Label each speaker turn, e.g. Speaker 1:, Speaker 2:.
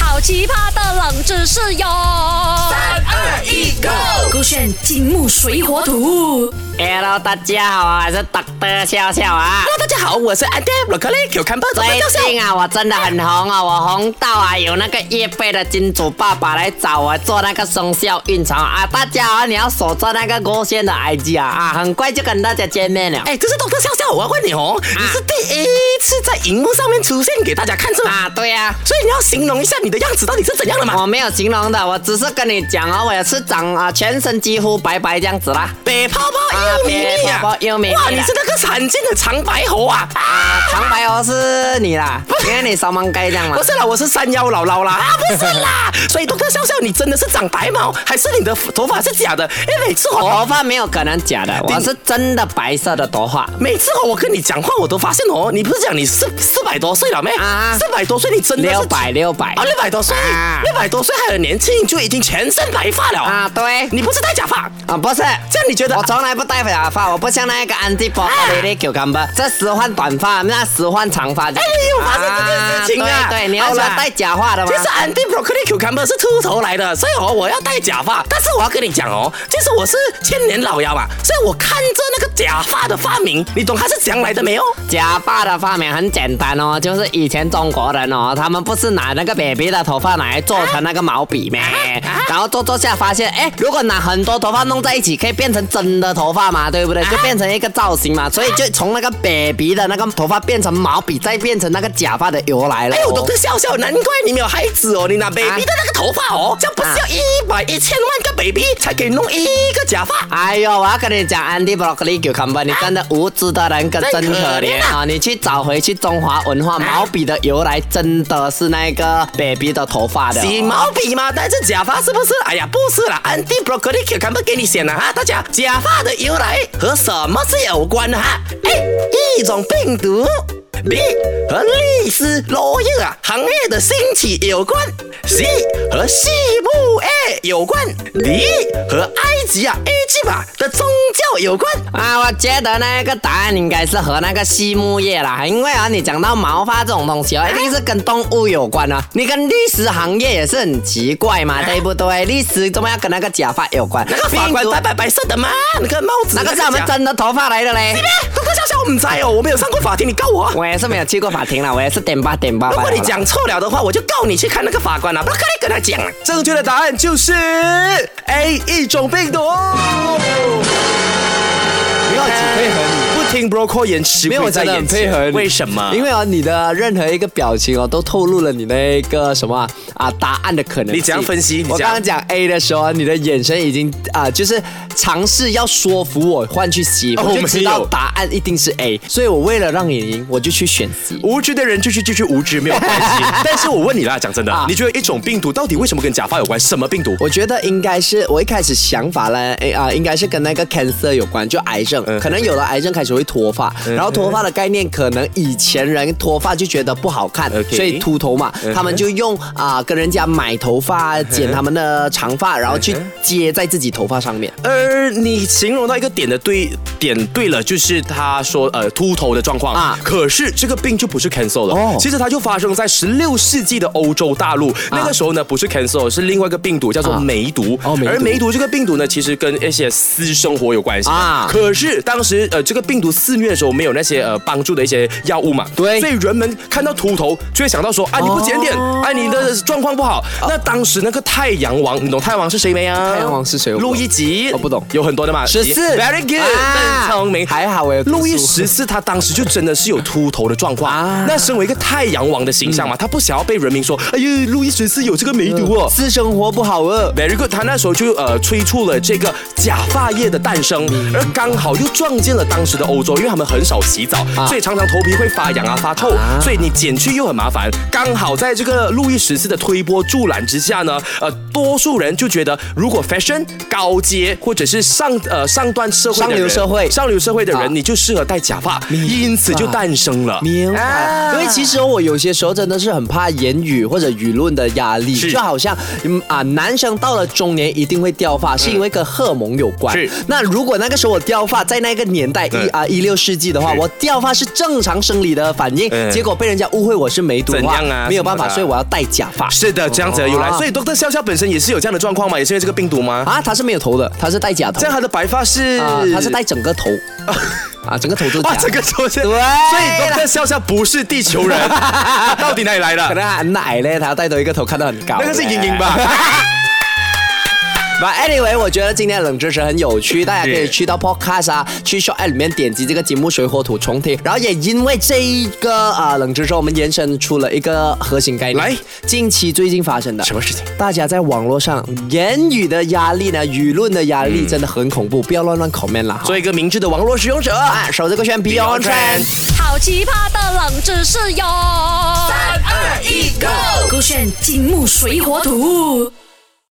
Speaker 1: 好奇葩的冷知识哟！三
Speaker 2: 二一，Go！
Speaker 1: 勾选金木水火土。
Speaker 3: Hello，大家好啊，我是 Doctor 笑 笑啊。
Speaker 2: Hello，大家好，我是 Adam 巧克力 Q 看报怎么
Speaker 3: 最
Speaker 2: 笑笑？
Speaker 3: 近啊，我真的很红啊，我红到啊，有那个叶贝的金主爸爸来找我做那个生肖运程啊。大家啊，你要锁着那个勾线的 IG 啊啊，很快就跟大家见面了。
Speaker 2: 哎，这是 Doctor 笑笑，我要问你
Speaker 3: 啊
Speaker 2: 哦，你是第一次在荧幕上面出现给大家看是吗？
Speaker 3: 啊，哦对呀、
Speaker 2: 所以你要形容一下你的样子到底是怎样的嘛？
Speaker 3: 我没有形容的，我只是跟你讲哦，我也是长啊，全身几乎白白这样子啦。
Speaker 2: 北泡泡
Speaker 3: 啊
Speaker 2: 又迷你啊
Speaker 3: 北泡泡又迷你啊
Speaker 2: 哇，你是那个罕见的长白猴啊！
Speaker 3: 啊
Speaker 2: 啊，，
Speaker 3: 长白猴是你啦，因为你烧芒盖这样嘛
Speaker 2: 不。是啦，我是山腰姥 姥啦，啊，不是啦，所以 Doctor 笑笑，你真的是长白毛，还是你的头发是假的？哎，每次
Speaker 3: 我
Speaker 2: 哦
Speaker 3: 头。发没有可能假的，我是真的白色的头发。
Speaker 2: 每次哦，我跟你讲话，我都发现哦，你不是讲你四四百多岁了没？
Speaker 3: 啊
Speaker 2: 四百多岁，你真的是
Speaker 3: 六百六百
Speaker 2: 啊，六百多岁
Speaker 3: 啊，
Speaker 2: 六百多岁还很年轻，就已经全身白发了
Speaker 3: 啊，对，
Speaker 2: 你不是戴假发？
Speaker 3: 啊不是，
Speaker 2: 这样你觉得
Speaker 3: 我从来不戴假发，我不像那个安迪
Speaker 2: 啊
Speaker 3: 波的那狗干巴，这时换短发，那时换长发的。
Speaker 2: 哎你有发现这件事情啊
Speaker 3: 对对，你要说
Speaker 2: 好啦
Speaker 3: 戴假发的吗
Speaker 2: 其？实 Andy Broccoli Cucumber 是秃头来的，所以哦，我要戴假发。但是我要跟你讲哦，其实我是千年老妖嘛，啊所以我看着那个假发的发明，你懂它是怎样来的没有？
Speaker 3: 假发的发明很简单哦，就是以前中国人哦，他们不是拿那个 baby 的头发拿来做成那个毛笔咩？
Speaker 2: 啊
Speaker 3: 然后做做下发现，哎，如果拿很多头发弄在一起，可以变成真的头发嘛，对不对？
Speaker 2: 啊
Speaker 3: 就变成一个造型嘛，所以就从那个 baby 的那个头发变成毛笔，再变成那个假发的由来了
Speaker 2: 哎
Speaker 3: 哦。
Speaker 2: 呦，懂得笑笑，难怪你没有孩子哦，你拿 baby 的那个头发哦，这样不是要
Speaker 3: 啊
Speaker 2: 一百一千万个 baby 才可以弄一个假发？
Speaker 3: 哎呦，我要跟你讲，Andy Broccoli Cucumber，你真的无知的人可真可怜啊！你去找回去中华文化，毛笔的由来真的是那个 baby 的头发的哦、
Speaker 2: 洗毛笔吗？戴着假发是不是？哎呀，不是啦，Andy Broccoli Cucumber 给你选了哈。大家，假发的由来和什么是有关的哈？A. 一种病毒；B. 和历史罗印啊行业的兴起有关；C. 和畜牧业有关；D. 和埃及啊 Egypt 啊的宗教有关。
Speaker 3: 啊，我觉得那个答案应该是和那个畜牧业啦，因为啊，你讲到毛发这种东西哦，一定是跟动物有关啊。你跟律师行业也是很奇怪 嘛，对不对？律师怎么要跟那个假发有关？
Speaker 2: 那个法官
Speaker 3: 病毒
Speaker 2: 白白白色的吗？那个帽子，
Speaker 3: 那个是我们
Speaker 2: 假
Speaker 3: 真的头发来的嘞。
Speaker 2: 这个笑笑我们猜哦，我没有上过法庭，你告我啊。
Speaker 3: 我也是没有去过法庭啦，我也是点八点八。
Speaker 2: 如果你讲错了的话，我就告你去看那个法官了、啊不可以跟他讲。正确的答案就是 A 一种病毒。
Speaker 4: 没有只配合你，
Speaker 2: 不听 Broco 演习，
Speaker 4: 没有我真的很配合你。
Speaker 2: 为什么？
Speaker 4: 因为哦，你的任何一个表情哦，都透露了你那个什么啊啊答案的可能性。
Speaker 2: 你怎样分析你
Speaker 4: 我
Speaker 2: 讲
Speaker 4: 刚刚讲 A 的时候，你的眼神已经啊，就是尝试要说服我换去 C，
Speaker 2: 哦
Speaker 4: 我就知
Speaker 2: 没
Speaker 4: 道
Speaker 2: 有
Speaker 4: 答案一定是 A，所以我为了让你赢，我就去选 C。
Speaker 2: 无知的人就是就是无知，没有关 系。但是我问你啦，讲真的，
Speaker 4: 啊
Speaker 2: 你觉得一种病毒到底为什么跟假发有关？什么病毒？
Speaker 4: 我觉得应该是我一开始想法呢，哎啊、应该是跟那个 cancer 有关，就癌症，
Speaker 2: 嗯
Speaker 4: 可能有了癌症开始会脱发，然后脱发的概念可能以前人脱发就觉得不好看
Speaker 2: OK 嗯
Speaker 4: 所以秃头嘛，他们就用啊、跟人家买头发，剪他们的长发，
Speaker 2: 嗯
Speaker 4: 然后去接在自己头发上面。
Speaker 2: 呃，你形容到一个点的对点对了，就是他说呃秃头的状况啊
Speaker 4: 啊。
Speaker 2: 可是这个病就不是 cancel 了，
Speaker 4: 哦
Speaker 2: 其实它就发生在十六世纪的欧洲大陆。那个时候呢，不是 cancel，是另外一个病毒叫做
Speaker 4: 啊
Speaker 2: 梅毒。
Speaker 4: 哦梅毒
Speaker 2: 而梅毒这个病毒呢，其实跟一些私生活有关系啊
Speaker 4: 啊。
Speaker 2: 可是当时呃这个病毒肆虐的时候，没有那些呃帮助的一些药物嘛。
Speaker 4: 对
Speaker 2: 所以人们看到秃头就会想到说啊你不检点，
Speaker 4: 哦
Speaker 2: 啊你的状况不好。那当时那个太阳王，你懂太阳王是谁没啊？
Speaker 4: 太阳王是谁我不
Speaker 2: 路
Speaker 4: 懂
Speaker 2: 易吉。
Speaker 4: 我不懂
Speaker 2: 有很多的嘛，
Speaker 4: 14
Speaker 2: Very good，
Speaker 4: 啊
Speaker 2: 很聪明。
Speaker 4: 还好我有读书
Speaker 2: 路易十四他当时就真的是有秃头的状况。
Speaker 4: 啊
Speaker 2: 那身为一个太阳王的形象嘛，他不想要被人民说，哎呦，路易十四有这个梅毒哦。
Speaker 4: 私生活不好呃。
Speaker 2: Very good，他那时候就呃催促了这个假发业的诞生，
Speaker 3: 嗯
Speaker 2: 而刚好又撞见了当时的欧洲，因为他们很少洗澡，
Speaker 3: 啊
Speaker 2: 所以常常头皮会发痒啊发臭，所以你剪去又很麻烦。刚好在这个路易十四的推波助澜之下呢，呃，多数人就觉得如果 fashion 高阶或者是上呃上段社会的人、
Speaker 3: 上流社会
Speaker 2: 上流社会的人，
Speaker 3: 啊
Speaker 2: 你就适合戴假发，因此就诞生了。
Speaker 3: 明白，
Speaker 2: 啊
Speaker 3: 因为其实我有些时候真的是很怕言语或者舆论的压力，
Speaker 2: 是
Speaker 3: 就好像嗯啊，男生到了中年一定会掉发，是因为跟荷尔蒙有关。
Speaker 2: 嗯是
Speaker 3: 那如果那个时候我掉发，在那个年代
Speaker 2: 嗯
Speaker 3: 一啊一六世纪的话，
Speaker 2: 是
Speaker 3: 我掉发是正常生理的反应，
Speaker 2: 嗯
Speaker 3: 结果被人家误会我是梅毒
Speaker 2: 怎
Speaker 3: 化，
Speaker 2: 样啊
Speaker 3: 没有办
Speaker 2: 什么
Speaker 3: 法，
Speaker 2: 的啊
Speaker 3: 所以我要戴假发。
Speaker 2: 是的，这样子的由来。
Speaker 3: 哦
Speaker 2: 所以 Doctor 笑笑本身也是有这样的状况嘛，也是因为这个病毒吗？
Speaker 3: 啊，他是没有头的，他是戴假头
Speaker 2: 这，样他的白发是，
Speaker 3: 啊，他是戴整个头，啊，整个头都是假
Speaker 2: 哇，
Speaker 3: 的。
Speaker 2: 这个出现，
Speaker 3: 对
Speaker 2: 所以 Doctor 笑笑不是地球 人，他到底哪里来
Speaker 3: 可
Speaker 2: 的？
Speaker 3: 能他很啊矮嘞，他要戴多一个头，看得很高。
Speaker 2: 那个是莹莹 吧？
Speaker 3: But anyway，我觉得今天的冷知识很有趣，大家可以去到 Podcast 啊，去 Show App 里面点击这个节目《水火土》重听。然后也因为这一个啊、冷知识，我们延伸出了一个核心概念。
Speaker 2: 来，
Speaker 3: 近期最近发生的
Speaker 2: 什么事情？
Speaker 3: 大家在网络上言语的压力呢，舆论的压力真的很恐怖，不要乱乱 comment 啦。
Speaker 2: 做一个明智的网络使用者。
Speaker 3: 啊，守这个圈 Beyond Trend。
Speaker 1: 好奇葩的冷知识哟！三二一，Go！勾选金木水火土。